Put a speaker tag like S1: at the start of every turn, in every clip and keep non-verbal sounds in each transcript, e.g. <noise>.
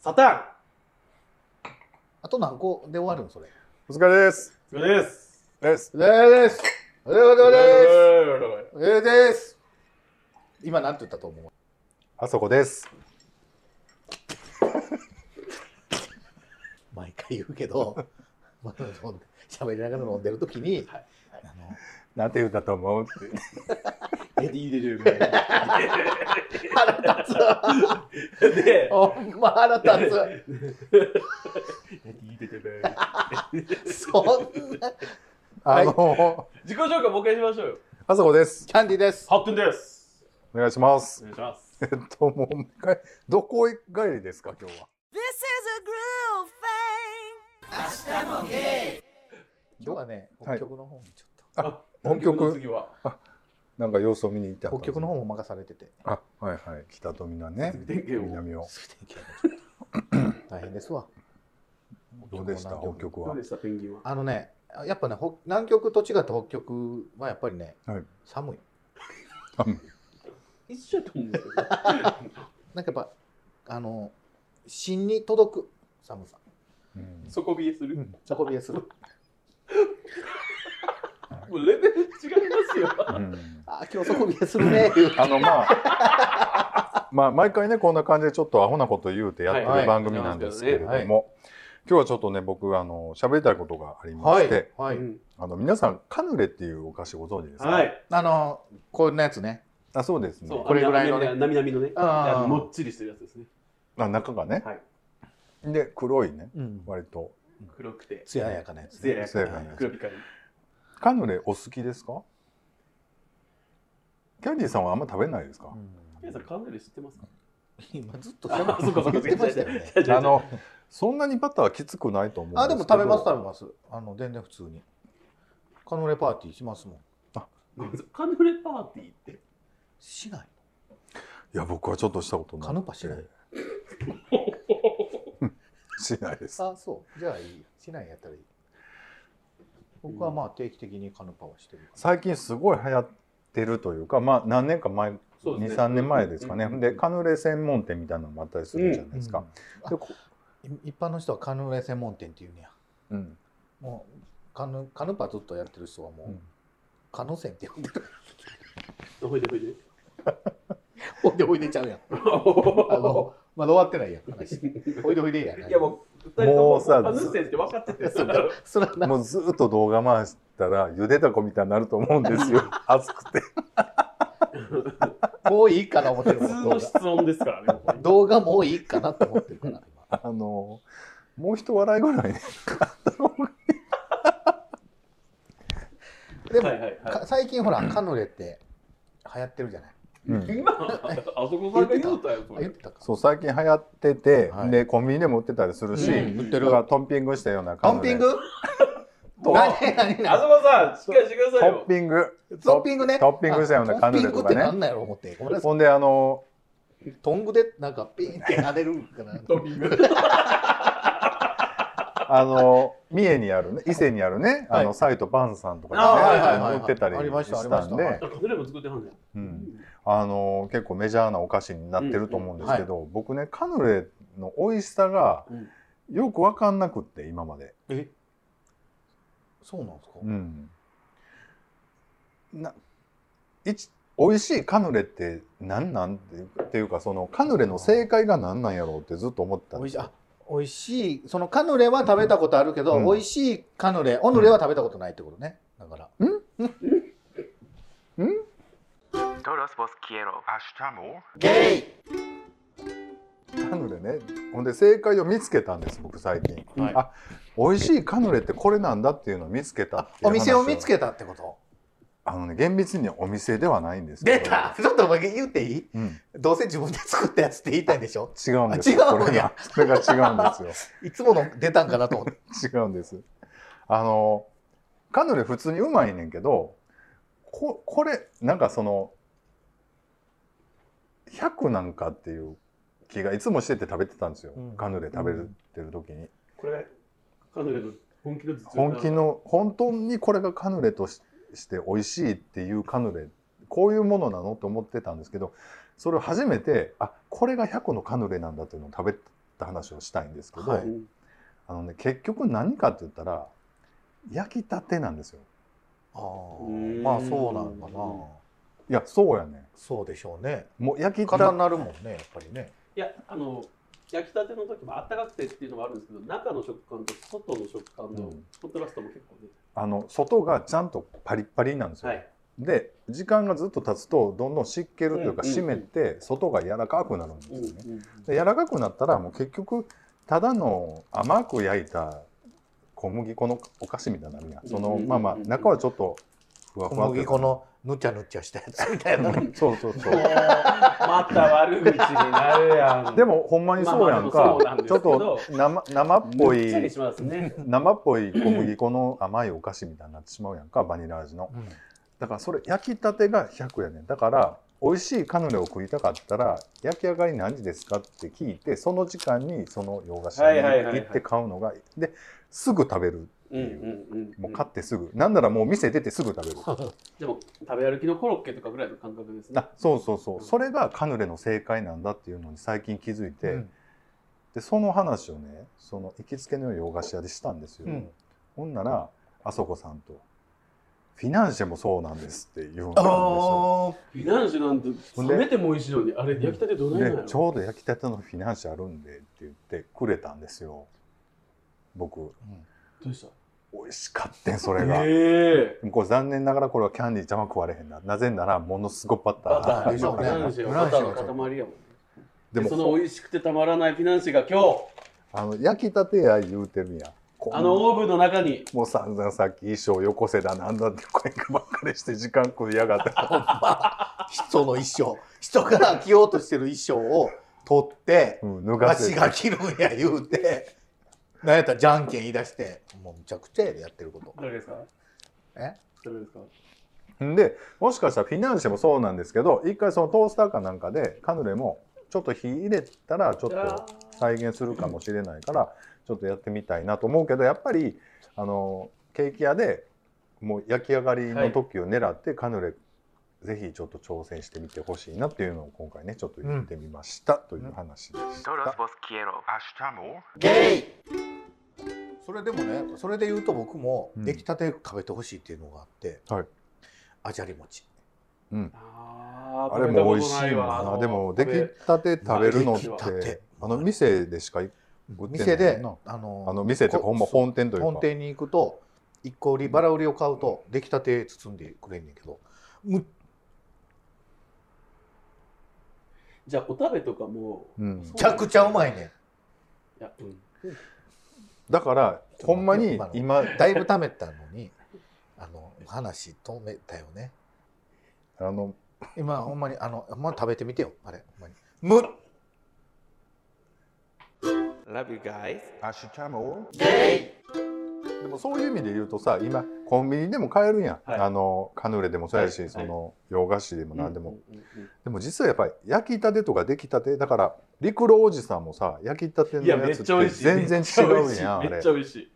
S1: サタン
S2: あと何個で終わるのそれ。
S3: お疲れです。
S1: お疲れ様です
S3: です。
S2: です。おはよう
S1: おす
S2: ございます。おはようございます。今なんて言ったと思う
S3: あそこです。
S2: 毎回言うけ <laughs> ど、まあ飲んで喋りながら飲んでる時に、
S1: はい
S2: あ
S3: なんて言うんだと思うって。
S1: えでいいでしょうか
S2: の腹立つ。
S1: で
S2: ほんま腹立つ。
S1: えでいいでしょうか
S2: そんな。
S3: あの、
S1: 自己紹介もう一回しましょうよ
S3: あそこです。
S2: キャンディです。
S1: ハットンです
S3: お願いしま
S1: お
S3: す。 <laughs>
S1: 願いします
S3: えっと、もう、どこへ帰りですか、今日は。
S4: This is a groove thing.
S2: 今日はね、
S3: はい
S2: 北極の方にちょっと、
S3: あ本局
S1: の次は
S3: なんか様子を見に行ってあったん
S2: 北
S3: です
S2: 極の方も任されてて、
S3: あ、はいはい。北と南ね。
S1: 天気を
S3: 南を。
S2: 大変ですわ。
S3: どうでした、北極
S1: どう
S3: は
S1: で。したペンギンは
S2: あのね、やっぱね、北南極と違って北極はやっぱりね、
S3: はい
S2: 寒い。
S1: 一緒やと思うんですけど
S2: なんかやっぱ、あの、芯に届く寒さ。
S3: うん
S1: 底冷えする
S2: うん、底冷え <laughs> する。
S1: もうレベル違いますよ
S3: うん
S2: あ、今日底冷えするね、言う
S3: あの、まあ、 <laughs> まあ、毎回ね、こんな感じでちょっとアホなこと言うてやって
S1: はい
S3: る番組なんですけれど
S2: はい
S3: も、今日はちょっとね、僕、あの、喋りたいことがありま
S2: <laughs> は
S3: し
S2: い
S3: て、。
S2: はい。
S3: あの、皆さん、カヌレっていうお菓子ご存知ですか
S1: はい
S2: あの、こんなやつね。
S3: あ、そうですね
S1: そう。
S2: これぐらいのね
S1: なみなみのね
S2: あー
S1: もっちりしてるやつですね
S3: あ中がね、
S1: は
S3: で黒いね
S2: うん。
S3: 割と
S1: 黒くて
S2: 艶やかなやつ、
S1: 艶
S2: ね。
S1: やか
S3: 艶やか
S1: な
S3: な
S1: 黒光り
S3: カヌレお好きですかキャンディーさんはあんま食べないですか、
S1: 皆さんカヌレ知ってますか
S2: 今ずっと
S1: あそっかそっか
S2: 言ってましたよね。
S3: あのそんなにバターきつくないと思うんです
S2: あ、で
S3: けど
S2: も食べます食べます。あの全然普通に。カヌレパーティーしますもん。
S1: カヌレパーティーって
S2: しない。
S3: いや僕はちょっとしたことない
S2: カヌパしない。
S3: <laughs> しないです
S2: あ、そう。じゃあいい。しないやったらいい。僕はまあ定期的にカヌパはしてるから。
S3: 最近すごい流行ってるというかまあ何年か前
S1: そうですね
S3: 23年前ですかね、
S1: うんうん
S3: でカヌレ専門店みたいなのもあったりするじゃないですか、
S2: うん
S3: でこ
S2: い一般の人はカヌレ専門店っていうねや。
S3: うん
S2: もうカヌカヌパずっとやってる人はもう、
S3: うん
S2: カヌセンって呼んでる。
S1: ほいでほいで
S2: ほいでおいでちゃうやん。 <laughs> あのまだ終わってないやん <laughs> 話。おいでおいでやん。
S1: いやもう二人と
S3: も
S1: も
S3: うさ
S1: カヌセンって分かってて
S2: そうだそれはな。
S3: <laughs> もうずっと動画回したらゆでたこみたいになると思うんです <laughs> よ熱くて
S2: もういいかな思ってる
S1: 普
S2: も
S1: 通
S2: ん
S1: の
S2: 動画
S1: 質問ですからね
S2: 動画もういいかなと思ってる <laughs> から今
S3: あのもう一笑いぐらいね
S2: でも、
S1: はいはいは
S2: か最近ほらカヌレって流行ってるじゃない
S3: うん
S1: い今あそこさんが言うたよそ
S2: あ言
S1: れ
S2: ってたか
S3: そう最近流行ってて、
S2: はい
S3: でコンビニでも売ってたりするし、
S2: うん売って
S3: だ
S2: る
S3: からトンピングしたような
S2: ト
S3: 感
S2: ン
S3: じ
S2: ピ
S3: で
S2: ング
S3: ト
S2: 何何
S1: あ
S2: 何
S1: そこさんしっかりしてください
S3: ト
S1: よ
S3: ッピング
S2: トッピングね
S3: トッピングしたようなカヌレとか
S2: あトッピングってな
S3: ね
S2: んなんやろ思ってごめんなさい
S3: ほんであの
S2: トングでなんかピンってなれるんかな
S1: トッピング
S3: あの三重にあるね伊勢にあるね、
S2: はい
S3: あのサイトパンさんとかでね
S1: あはいはい
S2: はいはい
S3: あの売ってたり
S2: ありました
S3: したんで
S2: ありまし
S1: カヌレも作ってはんねん
S3: うんあの結構メジャーなお菓子になってると思うんですけど、僕ねカヌレの美味しさが
S1: うん
S3: よく分かんなくって今まで、
S2: えそうなんですか、
S3: うん、ないち美味しいカヌレって何なんっていうかっていうかそのカヌレの正解が何なんやろうってずっと思ってたん
S2: 美味しい
S3: です
S2: あ
S3: よ
S2: 美味しいそのカヌレは食べたことあるけど、
S3: うん
S2: 美味しいカヌレオヌレは食べたことないってことねだからゲイ
S3: カヌレねほんで正解を見つけたんです僕最近、
S2: はい
S3: あ美味しいカヌレってこれなんだっていうのを見つけたっていう話
S2: お店を見つけたってこと
S3: あのね厳密にはお店ではないんですけど
S2: 出たちょっとお前言っていい
S3: うん
S2: どうせ自分で作ったやつって言いたいんでしょ
S3: 違うんですよ。
S2: あ違うんや
S3: これがそれが違うんで
S2: <laughs> いつもの出たんかなと思って。
S3: す <laughs> よ。違うんです。あの、カヌレ普通にうまいねんけど、ここれ、なんかその、100なんかっていう気がいつもしてて食べてたんですよ。
S2: うん
S3: カヌレ食べてる時に。
S1: これカヌレの本気の実力
S3: 本気の、本当にこれがカヌレとしして美味しいっていうカヌレ、こういうものなのと思ってたんですけど、それを初めて、あ、これが100のカヌレなんだっていうのを食べった話をしたいんですけど、
S2: はい
S3: あのね、結局何かって言ったら焼きたてなんですよ。
S2: <laughs> あ
S1: うん
S2: ーまあそうなんかない
S3: やそうやね
S2: そうでしょうね
S3: もう焼き
S2: 硬
S3: た
S2: になるもんねやっぱりね
S1: いやあの焼きたての時もあったかくてっていうのもあるんですけど中の食感と外の食感
S3: う
S1: の
S3: ん
S1: コントラストも結構出て、
S3: あの外がちゃんとパリッパリなんですよ。
S1: はい
S3: で時間がずっと経つとどんどん湿気るというか
S1: うんうんう
S3: 湿
S1: ん
S3: めて外が柔らかくなるんです
S1: う
S3: よ
S1: ん
S3: ね。
S1: うん
S3: で柔らかくなったらもう結局ただの甘く焼いた小麦粉のお菓子みたいになるやん。そ
S1: うん
S3: の
S1: うんうん
S3: まあまあ中はちょっとふわ
S2: 小
S3: ふわってい
S2: 麦
S3: うか
S2: 粉のぬちゃぬちゃしたやつみたいなね
S3: <laughs> そうそうそ
S1: もう
S3: う。
S1: また悪口になるやん
S3: でもほんまにそうやん
S1: まあまあ
S3: か
S1: そうなん。です
S3: ちょ
S1: け
S3: っ
S1: ど
S3: と生生っぽ
S1: めっちゃに
S3: い
S1: しますね
S3: 生っぽい小麦粉の甘いお菓子みたいになってしまうやんかバニラ味の。
S2: うん
S3: だからそれ焼きたてが100やねんだから美味しいカヌレを食いたかったら焼き上がり何時ですかって聞いてその時間にその洋菓子
S1: はいはいはいは
S3: 屋
S1: い
S3: に行って買うのがですぐ食べる
S1: うんうんうん
S3: もう買ってすぐなんならもう店出てすぐ食べる
S1: でも食べ歩きのコロッケとかぐらいの感覚ですね
S3: あそうそうそうそれがカヌレの正解なんだっていうのに最近気づいて、
S2: うん
S3: でその話をねその行きつけの洋菓子屋でしたんですよ、
S2: うん
S3: ほんならあそこさんと「フィナンシェもそうなんです」って言うんです
S2: あ
S3: よ
S2: ー
S1: フィナンシェなんて
S3: ほんで
S1: 冷めても美味しいのにあれ焼きたてどないなんや
S3: で
S1: ろ
S3: ちょうど焼きたてのフィナンシェあるんでって言ってくれたんですよ僕
S1: どうした
S3: 美味しかったんそれが、
S1: ええ
S3: これ残念ながらこれはキャンディーちゃんは食われへんななぜならものすごいバタ
S1: バタ
S3: ー
S1: ーでしょ
S2: バ
S1: フ
S2: タ
S1: ィナ
S2: ーで
S1: ン
S2: し
S1: シ
S2: ょ
S1: ェはバターの塊やもん
S3: で
S1: でそ
S3: も
S1: の美味しくてたまらないフィナンシェが今日
S3: あの焼きたてや言うてるやんこん
S1: あのオーブンの中に
S3: もうさんざんさっき衣装よこせだなんだって声がばっかりして時間食いやがって
S2: ほんま人の一生人から着ようとしてる衣装を取って
S3: うん脱が
S2: わ
S3: せ
S2: してが着るんや言うてなんやったらじゃんけん言い出してもうむちゃくちゃやでやってること
S1: 誰ですか
S2: え
S1: 誰ですか
S3: でもしかしたらフィナンシェもそうなんですけど一回そのトースターかなんかでカヌレもちょっと火入れたらちょっと再現するかもしれないからちょっとやってみたいなと思うけどやっぱりあのケーキ屋でもう焼き上がりの時を狙ってカヌレぜひちょっと挑戦してみてほしいなっていうのを今回ねちょっと言ってみましたという話でした。
S5: Todos vos quiero. Hasta more.
S2: ゲイそれでもねそれで言うと僕も
S3: うん
S2: 出来たて食べてほしいっていうのがあって、
S3: はい
S2: あじゃり餅
S3: うん
S1: あー
S3: あれも美味しいもん
S1: あ
S3: な。
S1: の
S3: でも出来たて食べるのって
S1: まあ出来
S2: たて
S3: あの店でしかい売ってんね
S2: 店
S3: んな
S2: であの
S3: あの店ってほんま本店というか。
S2: 本店に行くと一個売りバラ売りを買うと出来たて包んでくれんねんけどむ
S1: じゃあお食べとかも
S3: うん
S1: そう
S2: ちゃくちゃうまいねん
S1: いやうん
S3: だからほんまに今
S2: だいぶ貯めたのにあの話止めたよね
S3: あの
S2: 今ほんまにあのほんま食べてみてよあれほんまにむ
S5: Love you guys.
S3: Hasta more でもそういう意味で言うとさ今コンビニでも買えるやん、
S1: はい
S3: あのカヌレでもそうやし、
S1: はい
S3: その洋菓子でも何でも、
S1: うんうんうんうん
S3: でも実はやっぱり焼きたてとか出来たてだから陸路おじさんもさ焼きたての
S1: いや
S3: や
S1: めっ
S3: つっ
S1: ちゃ美
S3: て
S1: 味しい
S3: 全然違うやんあ
S1: めっ
S3: れ
S1: ちゃ美味しい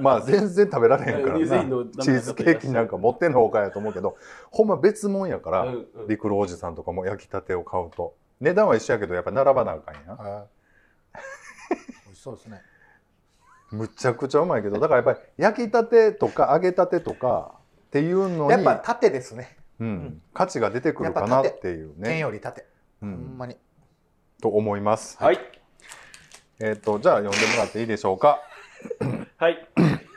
S3: まあ全然食べられへんから
S1: ディズニ
S3: な
S1: ーのなんか
S3: チーズケーキなんか持ってんのほかやと思うけどほんま別もんやから、
S1: めっちゃ美味しいうんうん
S3: 陸路おじさんとかも焼きたてを買うと値段は一緒やけどやっぱ並ばなあかんやん
S2: あ美味しそうですね
S3: むちゃくちゃうまいけどだからやっぱり焼きたてとか揚げたてとかっていうのに
S2: やっぱ縦ですね
S3: うん、価値が出てくるかなっていう
S2: 天
S3: ね、
S2: より縦
S3: う
S2: ほん
S3: ん、
S2: まに
S3: と思います、
S1: はい
S3: えっ、とじゃあ呼んでもらっていいでしょうか
S1: はい。 <laughs>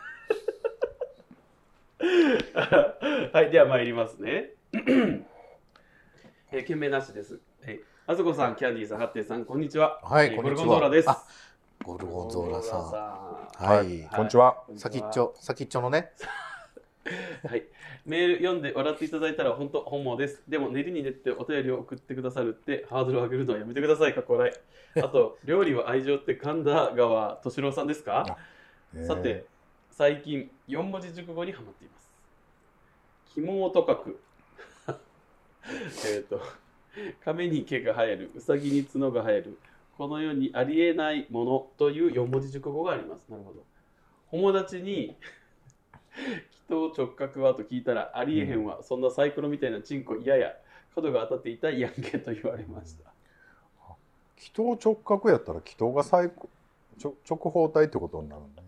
S1: はい、では参りますね。えー、件名なしです。えーあずこさん、キャンディーさん、ハッテンさん、こんにちは。
S2: は
S1: え
S2: い
S1: ー
S2: こんにち
S1: ゴルゴンゾーラ
S2: は
S1: です。
S2: あゴルゴンゾー
S1: ゴル
S2: ラ
S1: ゴンゾ
S2: さ
S1: ー
S2: んはい、
S3: こんにちは、
S1: ラさん
S2: 先っち。ょ先っちょのね
S1: はい。メール読んで笑っていただいたら本当本望です。でも練りに練ってお便りを送ってくださるってハードルを上げるのはやめてください。かっこ笑い。あと、料理は愛情って神田川敏郎さんですかさて、最近四文字熟語にはまっています。肝をとかく。 <laughs> えっと、亀に毛が生える、うさぎに角が生える、この世にありえないものという四文字熟語があります。なるほど。友達に、 <laughs> 人を直角はと聞いたら、ありえへんわ、そんなサイコロみたいなチンコ嫌や、角が当たっていたいやんけと言われました。
S3: え気筒直角やったら気筒が最高直直方体ってことになるんだね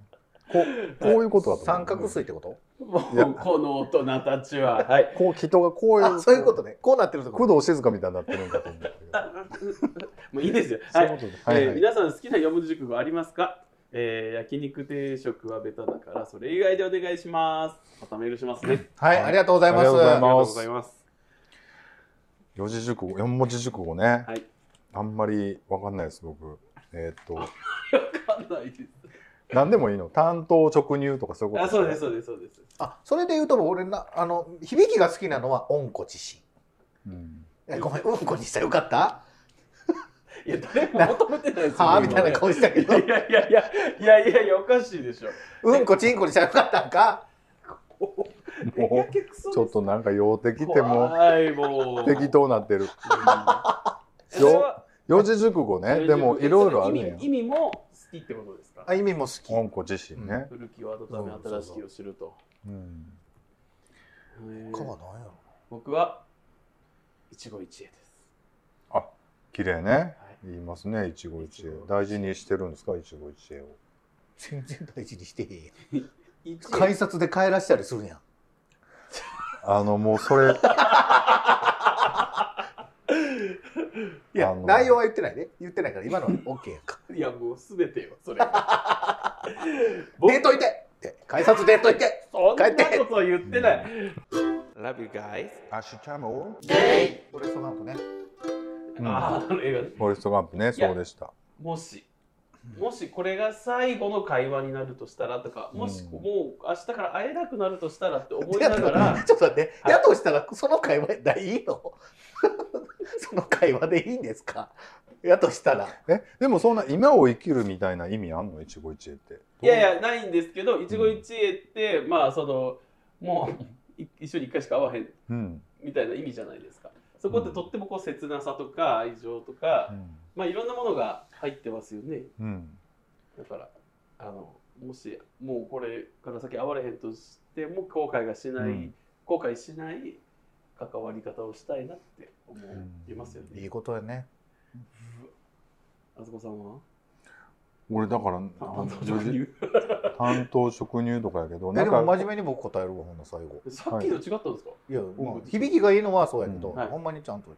S3: こうこういうことだと思う
S2: 三角錐ってこと
S1: も
S3: いや
S1: うこの大人たち
S3: <laughs>
S1: は、はい。
S3: こう気筒がこういう
S2: あそういうことねこうなってるとこ
S3: 工藤静香みたいになってるんだと思うんだけど
S1: もういいですよ。
S3: そう
S1: はいいう
S3: ことではい
S1: え
S3: は
S1: ー
S3: い
S1: 皆さん好きな四文字熟語ありますか、えー焼肉定食はベタだから、それ以外でお願いします。またメールしますね。
S2: はいありがとうございます
S3: ありがとうござい
S1: ありが
S3: ま
S1: とうございます。
S3: 四字熟語四文字熟語ね、
S1: はい
S3: あんまりわかんないです僕えーっと
S1: わかんないです。
S3: 何でもいいの担当直入とかそういうこと
S1: あ、そうです、そうです、そうです。
S2: あそれで言うと俺なあの響きが好きなのは温故知新
S3: うん
S2: えごめんうんこにしたらよかった
S1: いや、誰も求めてないですよ
S2: はあみたいな顔したけ
S1: い
S2: ど
S1: やいやいや、いやいやいや、おかしいでしょ。
S2: うんこちんこにしたらよかったんか
S3: もうちょっとなんか用的っても
S1: はい、も
S3: う
S1: う。
S3: 適当なってる
S1: うんそれは
S3: 四字熟語ねでもいろいろあるん
S1: 意
S3: や
S1: 味意味も好きってことですか
S2: あ意味も好き
S3: 本子自身ね、
S1: 古きを温め新しきを知ると。
S3: うん
S1: へー
S2: かはなんやろ
S1: 僕は一期一会です。
S3: 綺麗ね
S1: はい
S3: 言いますね一期一
S1: 一期一
S3: 会
S1: 会
S3: 大事にしてるんですか一期一会を
S2: 全然大事にしてへんやん
S1: 一
S2: 改札で帰らしたりするやん
S3: あのも
S1: <laughs>
S3: うそれ
S2: いや
S3: あの
S2: 内容は言ってないね言ってないから今のは OK やんか
S1: いやもうすべてよそれ。僕
S2: 出といてって改札出といて
S1: <laughs> そん
S2: 帰
S1: な
S2: って
S1: こと言ってない。
S5: Love you guys.
S3: 明日も
S2: これその後ね
S3: うん
S1: ああの映画ね。
S3: フォレストガンプね
S1: いや
S3: そうでした
S1: もし。もしこれが最後の会話になるとしたらとか、もし
S3: うん
S1: もう明日から会えなくなるとしたらって思い
S2: や
S1: な
S2: っ
S1: が
S2: た
S1: <laughs> ら、
S2: <laughs> ちょっと待って、
S1: はい
S2: やとしたらその会話でいいの <laughs> その会話でいいんですかやとしたら
S3: えでもそんな今を生きるみたいな意味あんの一期一会って
S1: いやいや、ないんですけど、一期一会って、まあ、その、もうい一緒に一回しか会わへん
S3: うん、
S1: みたいな意味じゃないですか。そこってとってもこう切なさとか愛情とか、
S3: うん
S1: まあ、いろんなものが入ってますよね。
S3: うん、
S1: だからあのもしもうこれから先会われへんとしても後悔がしない、
S3: うん
S1: 後悔しない関わり方をしたいなって思いますよね。
S2: いいことやね
S1: あそこさんは
S3: 俺だから
S1: あ
S3: 担
S1: 上流
S3: 当職入とかやけど
S2: え
S3: な
S2: で
S3: ん
S2: も
S3: か
S2: 真面目に僕答えるわほんの最後
S1: <laughs> さっきの違ったんですか、
S2: いや、
S1: ん
S2: まあ響きがいいのはそうやけど、
S3: うん
S1: はい
S2: ほんまにちゃんと好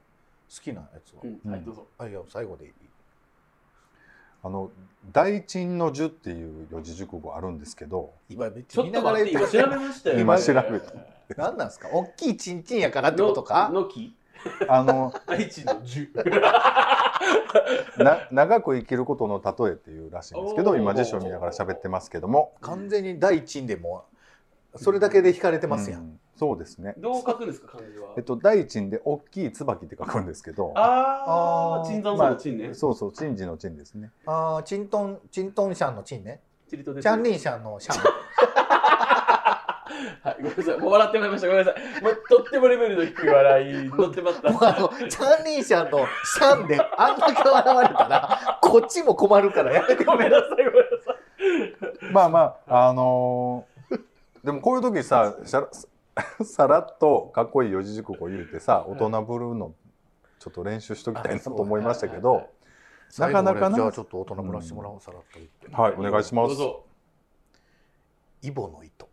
S2: きなやつは、
S1: うん、はいどうぞ。
S2: あいや最後でいい
S3: あの大賃の樹っていう四字熟語あるんですけど
S2: 今めっ
S1: ち
S2: ちゃ
S1: ょっ
S2: 見
S1: と
S2: ながら
S1: 待って
S2: 言
S1: 今
S2: っ
S1: 調
S2: て
S1: べましたよ、
S3: 今調べた
S2: <laughs> 何なんですか大きいチンチンやからってことか
S1: ののき
S3: あの <laughs>
S1: 愛知の十。
S3: な長く生きることの例えっていうらしいんですけ
S1: お
S3: ど
S1: ー
S3: 今辞書見ながら喋ってますけども
S2: 完全に第一ンでもそれだけで惹かれてますやん、
S3: うんそうですね
S1: どう書くんですか漢字は
S3: えっ。と大賃で大きい椿って書くんですけど
S1: あ
S2: あ
S1: あ、
S2: ー
S1: 椿山荘の陳ね。
S3: そうそう珍事の珍ですね
S2: ああチントンチントンシャンのチンね
S1: チリトで
S2: チ
S1: す
S2: ャンリンシャンのシャン
S1: はい、ごめんなさい。もう笑ってまいりました。ごめんなさい。もうとってもレベルの低い笑い、乗ってました。
S2: <laughs> もうあの、チャンリンシャンのシャンであんだけ笑われたら、こっちも困るからやめ
S1: <laughs>
S2: て
S1: ご
S2: <laughs>
S1: めんなさい、ごめんなさい。
S3: まあまああのーでもこういう
S1: <laughs>
S3: 時さしゃらさらっとかっこいい四字熟語言うてさ大人ぶるのちょっと練習しときたいなと思いましたけどなかなか
S2: じゃあ
S3: な
S2: ちょっと大人ぶらしてもらおう、さらっと言って。
S3: はいお願いしま
S1: ど
S3: す
S1: うぞ。
S2: イボの糸。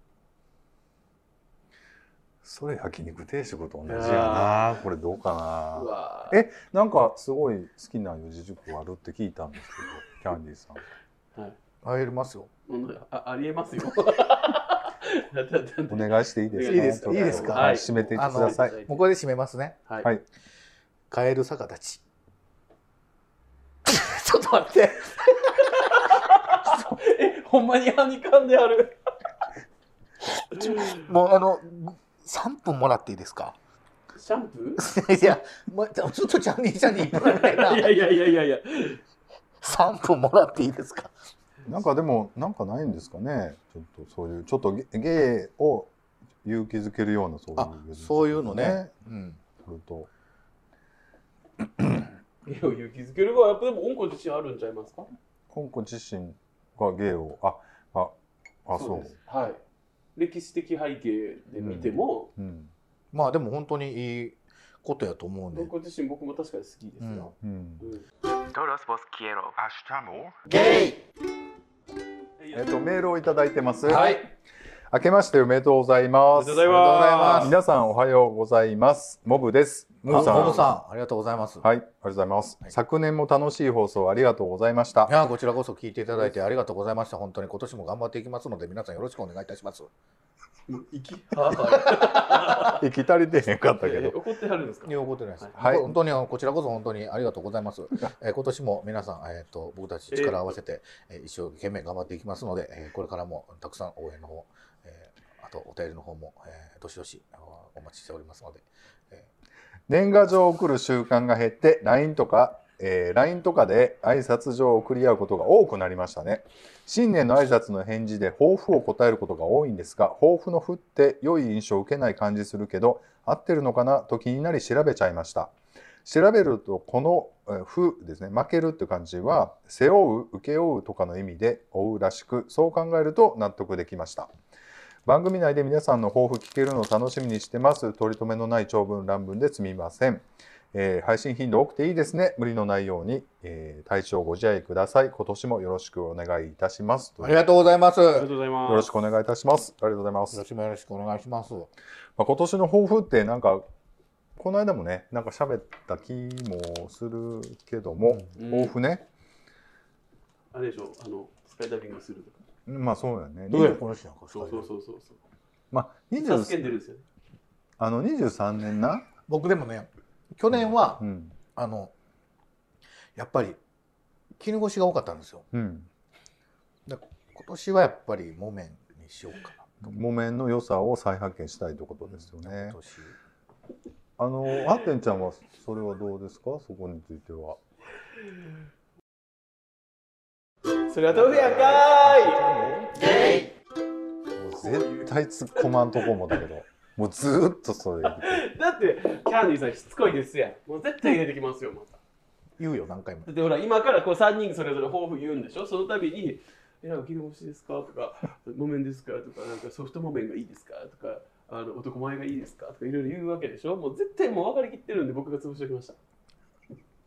S3: それ焼肉定食と同じやなこれどうかな
S1: うわ
S3: えなんかすごい好きな四字熟語あるって聞いたんですけど、キャンディーさん。
S2: 入りますよ。
S1: ーあありえ
S3: <laughs>
S1: ますよ。 <laughs> だってだって
S3: お願いしていいですか。
S1: いいです
S3: ちょっと
S2: いいですか
S3: はい、締めていってください。
S1: あの
S2: もうこれで締めますね。
S1: はい
S3: はい
S2: カエル逆立ち。 <laughs> ちょっと待って。
S1: え、ほんまにはにかんである。
S2: もうあの、3分もらっていいですか
S1: シャンプ
S2: いや、もうちょっとチャンリンシャンにいっぱいない
S1: <laughs> ーい
S2: な。
S1: やいやいやいやいや。
S2: 3分もらっていいですか
S3: なんかでも、なんかないんですかね。ちょっとそういう、ちょっとゲゲイを勇気づけるような、そういう、
S2: あ、そういうのね。。うん。
S3: それと、
S1: ゲイを勇気づけるが、やっぱでも、温故自身あるんちゃいますか
S3: 香港自身がゲイを、あ、あ、あ、そう。
S1: ですはい。歴史的背景で見ても、
S3: うん、
S2: まあでも本当にいいことやと思うんで
S1: 僕自身僕も確かに好きですよ。
S3: う
S1: う
S3: ん、
S1: ん
S5: Todos vos quiero.
S2: ゲイ
S3: えっと、メールをいただいてます。
S2: はい。
S3: 明けましておめでとうございま
S1: おめで
S3: す。
S1: とうございます
S3: 皆さんおはようございます。モブです。ムーさん。
S2: モブさん、ありがとうございます。
S3: はい、ありがとうございます。昨年も楽しい放送ありがとうございました
S2: い。やこちらこそ聞いていただいてありがとうございました。本当に今年も頑張っていきますので皆さんよろしくお願いいたします。
S1: 息は
S3: 行き足りてへんかった
S1: い
S3: け
S1: え
S3: ど。
S1: 怒ってはるんですか
S2: いうことです。
S3: はい
S2: 本当にあのこちらこそ本当にありがとうございます。えー今年も皆さんえっ、と僕たち力を合わせて、えー一生懸命頑張っていきますので、えーこれからもたくさん応援の方、えーあとお便りの方も、えーどしどしあのお待ちしておりますので。
S3: 年賀状を送る習慣が減って、LINE とか、えー LINE とかで挨拶状を送り合うことが多くなりましたね。新年の挨拶の返事で抱負を答えることが多いんですが、抱負の負って良い印象を受けない感じするけど、合ってるのかなと気になり調べちゃいました。調べるとこのえー「負」ですね「負ける」って感じは「背負う」「請け負う」とかの意味で「負う」らしくそう考えると納得できました番組内で皆さんの抱負聞けるのを楽しみにしてます取り留めのない長文乱文ですみません、えー配信頻度多くていいですね無理のないように、えー、体調ご自愛ください今年もよろしくお願いいたします
S2: ありがとうございます。
S1: ありがと
S2: よ
S1: うございます
S3: よろしくお願いいたしますありがとうございます
S2: ろしくよろしくお願いします。
S3: まあ、今年の抱負ってなんかこの間もねなんか喋った気もするけども、
S1: うん
S3: 抱負ね、
S1: あれでしょあのスカイダイビングするとか
S3: まあそうだよね
S2: どうやこの人なんか
S1: そうそうそうそうそう
S3: まあ、
S1: 助けてるん
S3: 20
S1: ですよね
S3: あの23年な、
S2: 僕でもね去年は、
S3: うん
S2: あのやっぱり絹ごしが多かったんですよ。
S3: うん、
S2: 今年はやっぱり木綿にしようかな。
S3: 木綿の良さを再発見したいということですよね
S2: 今。年
S3: あのアッテンちゃんはそれはどうですかそこについては。
S1: それはどうやか
S3: もう絶対突っ込まんとこもだけどもうずーっとそれ
S1: ーいだってキャンディーさんしつこいですやんもう絶対入れてきますよまた
S2: 言うよ何回も。
S1: だってほら今からこう3人それぞれ抱負言うんでしょその度に「えらお気の星ですか?」とか「木綿ですか?」とか「なんかソフト木綿がいいですか?」とか「あの男前がいいですか?」とかいろいろ言うわけでしょもう絶対もう分かりきってるんで僕が潰しておきました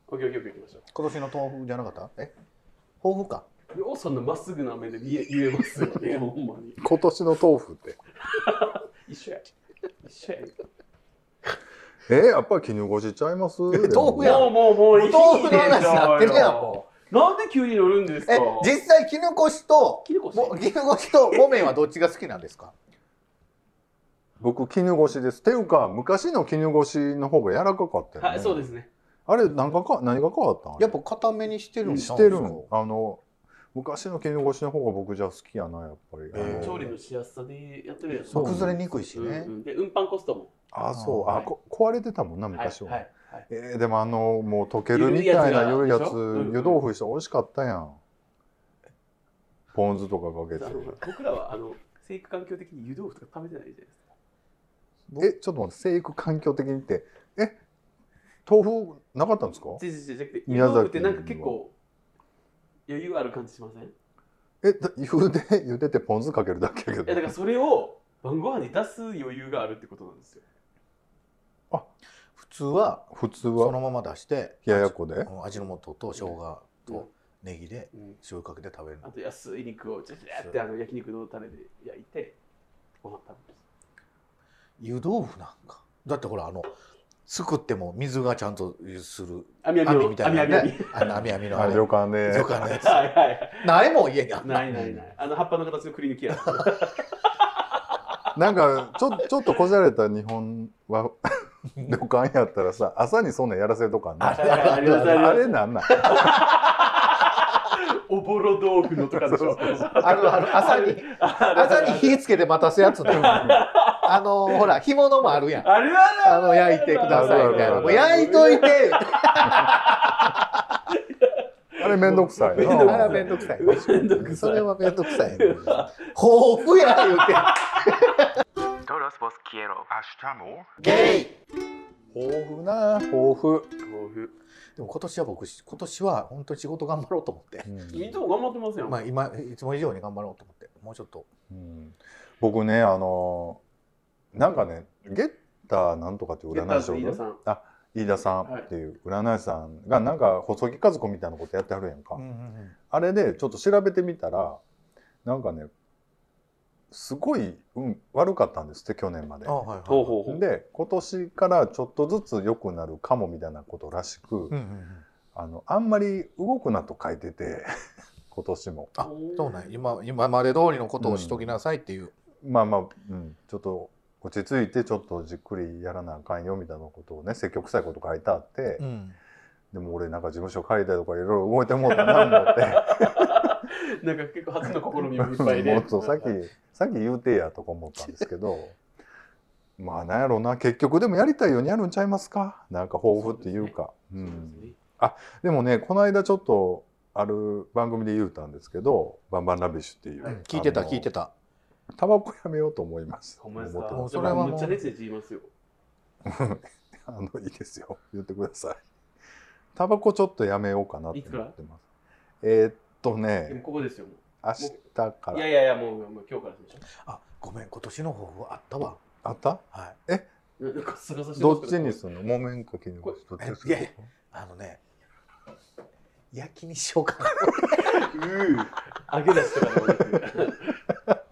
S1: オッケーオッケーオッケーいきましょ
S2: 今年の豆腐じゃなかった？え、豆腐か。
S1: うようそんなまっすぐな目で言え言えますよ <laughs> ねほんまに
S3: 今年の豆腐って。
S1: 一緒や一緒や
S3: えやっぱり絹ごしちゃいます
S2: え豆腐やん
S1: もうもうもういいでしょう
S2: お豆腐の話になってるやんも
S1: うなんで急に乗るんですか
S2: え、実際絹ごしと
S1: キリコさん
S2: も絹ごしと木綿はどっちが好きなんですか？
S3: 僕絹ごしです。ていうか昔の絹ごしの方が柔らかかったよね。
S1: はいそうですね
S3: あれ何かか何が変わったん？
S2: やっぱ固めにしてるんじゃ
S3: し
S2: ない
S3: て
S2: で
S3: る
S2: すか
S3: ん。あの昔の絹ごしの方が僕じゃ好きやなやっぱり。あの
S2: えー
S1: 調理のしやすさでやってるやつ
S3: そう
S2: 崩れにくいし
S1: うん
S2: ね
S1: う。んで運搬コストも
S3: あそう
S1: は
S3: あ
S1: い
S3: こ壊れてたもんな
S1: はい
S3: 昔は。
S1: はいはい
S3: えーでもあのもう溶けるみたいな
S1: ゆ
S3: 夜
S1: るい
S3: や
S1: や
S3: つ
S1: つがでしょうんうん
S3: 湯豆腐して美味しかったやん。ポン酢とかかけ
S1: あの
S3: て。
S1: 僕らはあの生育環境的に湯豆腐とか食べてないじゃないですか
S3: えちょっと待って生育環境的にってえ豆腐なかったんですか？
S1: 違う違う違うじゃなくて湯
S3: 宮崎
S1: 豆腐ってなんか結構余裕ある感じしませんい
S3: えだ茹で茹でて <laughs> ポン酢かけるだけやけど
S1: やだ。からそれを晩ご飯に出す余裕があるってことなんですよ
S2: 普通は
S3: 普通
S2: そ
S3: は
S2: のまま出して、
S3: 冷ややっこで。
S2: うん味の素と生姜とネギで
S1: うん
S2: 醤油かけて食べる
S1: あ。と安い肉をジャジャーってあの焼肉のタレで焼いてご飯食べます
S2: 湯豆腐なんか。だってほらあの作っても水がちゃんとする
S1: 網網
S2: 網
S1: の
S2: みたい
S1: 網網
S2: な
S1: 網
S2: ね。あの網網のあ
S3: あ
S2: れ。
S3: 旅館で
S2: よくあるやつ
S1: はいはい
S2: <laughs> ないもん家にあん
S1: ないないないあの葉っぱの形のくり抜きや <laughs>
S3: なんかちょち <laughs> ょっとこじゃれた日本は <laughs> 旅館やったらさ朝にそんなんやらせるとか
S1: あ
S3: ね
S1: ありますあり
S3: あ
S1: ま
S3: れ
S1: す
S3: なんなん
S1: おぼろ豆腐のとかでしょ <laughs>
S2: あるある朝に朝に火つけて待たすや
S1: <laughs>
S2: つね。あのほら干物もあるやん。
S1: あるある
S2: あの焼いてくださいみたいな。もう焼いといて。
S3: あれめんどくさい
S1: めん
S2: あ
S1: どくさ
S2: れ
S1: い
S2: はめんどくさい。
S1: めんどく
S2: そ
S1: さい
S2: れはめんどくさい。豊富や言うて。
S5: Todos vos quiero.
S3: 豊富な豊富、
S1: 豆腐
S2: でも今年は僕今年は本当に仕事頑張ろうと思って。
S1: みんなも頑張ってますよ、
S2: まあ今いつも以上に頑張ろうと思って。もうちょっと。
S3: うん僕ねあのなんかねゲッターなんとかっていう占い師
S1: ゲッターズ飯田さん
S3: あ飯田さんっていう占い師さんがなんか細木数子みたいなことやってはるやんか、
S2: うんうんうん
S3: あれでちょっと調べてみたらなんかねすごい運悪かったんですって去年まで
S2: あ。はいはい
S1: ほうほうほう。
S3: で今年からちょっとずつ良くなるかもみたいなことらしく、
S2: うんうんうん
S3: あのあんまり動くなと書いてて <laughs> 今年も
S2: あそうなんや今今まで通りのことをしときなさいっていう、
S3: まあまあ、うん、ちょっと落ち着いてちょっとじっくりやらなあかんよみたいなことをね積極臭いこと書いてあって、
S2: うん
S3: でも俺なんか事務所借りたりとかいろいろ動いてもうたな思って。
S1: なんか結構初の試みもいっぱいで。
S3: もっとさっきさっき言うてやとか思ったんですけど <laughs> まあなんやろうな結局でもやりたいようにやるんちゃいますかなんか抱負っていうかう
S1: そうです
S3: ん
S1: ね。
S3: でもねこの間ちょっとある番組で言うたんですけど「バンバンラビッシュ」っていう、
S1: はい
S2: 聞いてた
S3: あの
S2: 聞いてた
S3: タバコやめようと思います
S1: ほんまです
S3: 思って
S1: か
S3: ま
S2: も
S3: す
S2: うそれはもう
S1: めっちゃ熱言いますよ。
S3: あのいいですよ言ってくださいタバコちょっとやめようかなって思ってますえーっと
S1: でも
S3: ね
S1: ここですよ。も
S3: 明日か
S1: ういや
S3: ら
S1: いやいや、もうもう今日からしましょ
S2: あごめん今年の抱負あったわ
S3: あった
S2: はい
S1: うんなんか探させて
S3: どっちにするの木綿かきにどっちにす
S2: い
S3: る
S2: やいやあのね焼きにしようか
S1: う
S2: な
S1: ー揚げ出しとかでもなく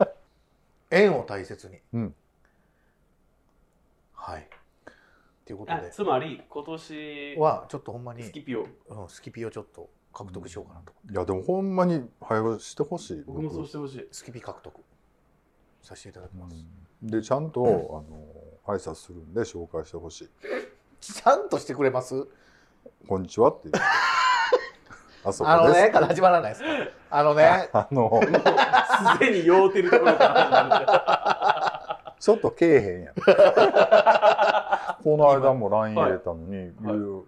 S2: 縁を大切に、
S3: うん
S2: はいっていうこと
S1: あ
S2: で
S1: つまり、今年
S2: はちょっとほんまに
S1: スキピを。
S2: うん、スキピをちょっと獲得しようかなと、
S3: いやでもほんまに早くしてほしい
S1: 僕もそうしてほしい。
S2: スキピ獲得させていただきます、
S3: うんでちゃんとあの挨拶するんで紹介してほしい
S2: ちゃんとしてくれます
S3: 「こんにちは」っ
S1: <laughs>
S3: ていう「あそこ
S2: あの
S3: です
S2: ね」から始まらないですかあのね
S3: あの
S1: すでに酔うてるところから
S3: ちょっとけえへんやんこの間も LINE 入れたのに、
S1: はい
S3: いう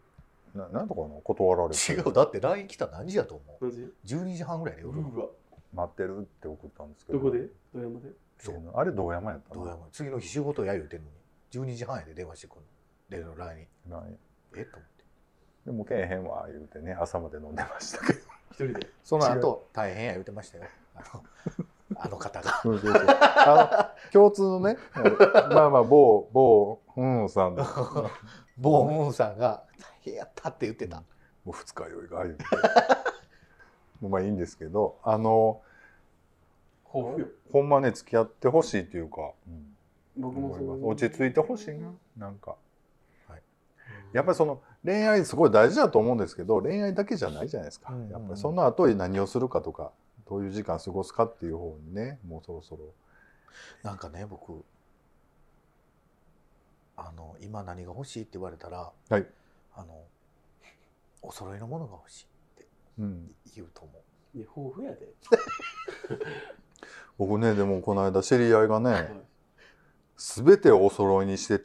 S3: ななんとかの断られて
S2: 違うだって LINE 来たら何時だと思う
S3: <laughs>
S1: 始まる。
S2: 12時半ぐらいで
S1: う
S2: 夜、
S1: わ、
S3: 待ってるって送ったんですけど
S1: どこで富山で
S2: そう
S3: あれ堂山やった
S2: どうや
S3: の
S2: もん次の日仕事や言うてんのに12時半やで電話してくるので LINE
S3: LINE
S2: えっと思って
S3: でもけえへんわ言うてね朝まで飲んでましたけど
S1: 一人で。
S2: その後大変や言うてましたよ
S3: <laughs>
S2: あのあの方が
S3: そうそうそうあの共通のねまあまあ某某うんさんの
S2: ボーンウンさんが大変やったって言ってた、
S3: もう二日酔いがあるまあいいんですけどあの
S1: 抱負よ。
S3: ほんまね付き合ってほしいというか、うん
S1: 僕も
S3: 思います
S1: そう。
S3: 落ち着いてほしいななんか
S1: や
S3: やっぱりその恋愛すごい大事だと思うんですけど恋愛だけじゃないじゃないですか、
S2: うんうん
S3: やっぱりその後に何をするかとかどういう時間過ごすかっていう方にねもうそろそろ
S2: なんかね僕あの今何が欲しいって言われたら、
S3: はい
S2: あのお揃いのものが欲しい
S3: うん
S2: って言うと思う
S3: <laughs>
S1: いや抱負やで。
S3: 僕ねでもこの間知り合いが
S1: い
S3: ね全てをお揃いにして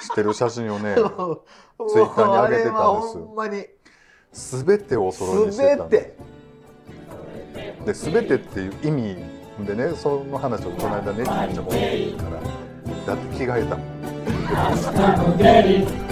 S3: <laughs> してる写真をねツイッターに上げてたんです
S2: もうあれはほんまに
S3: 全てをお揃いにしてたんです
S2: 全て
S3: で全てっていう意味でねその話をこの間ねちゃんちゃんも言ってるからだって着替えたもん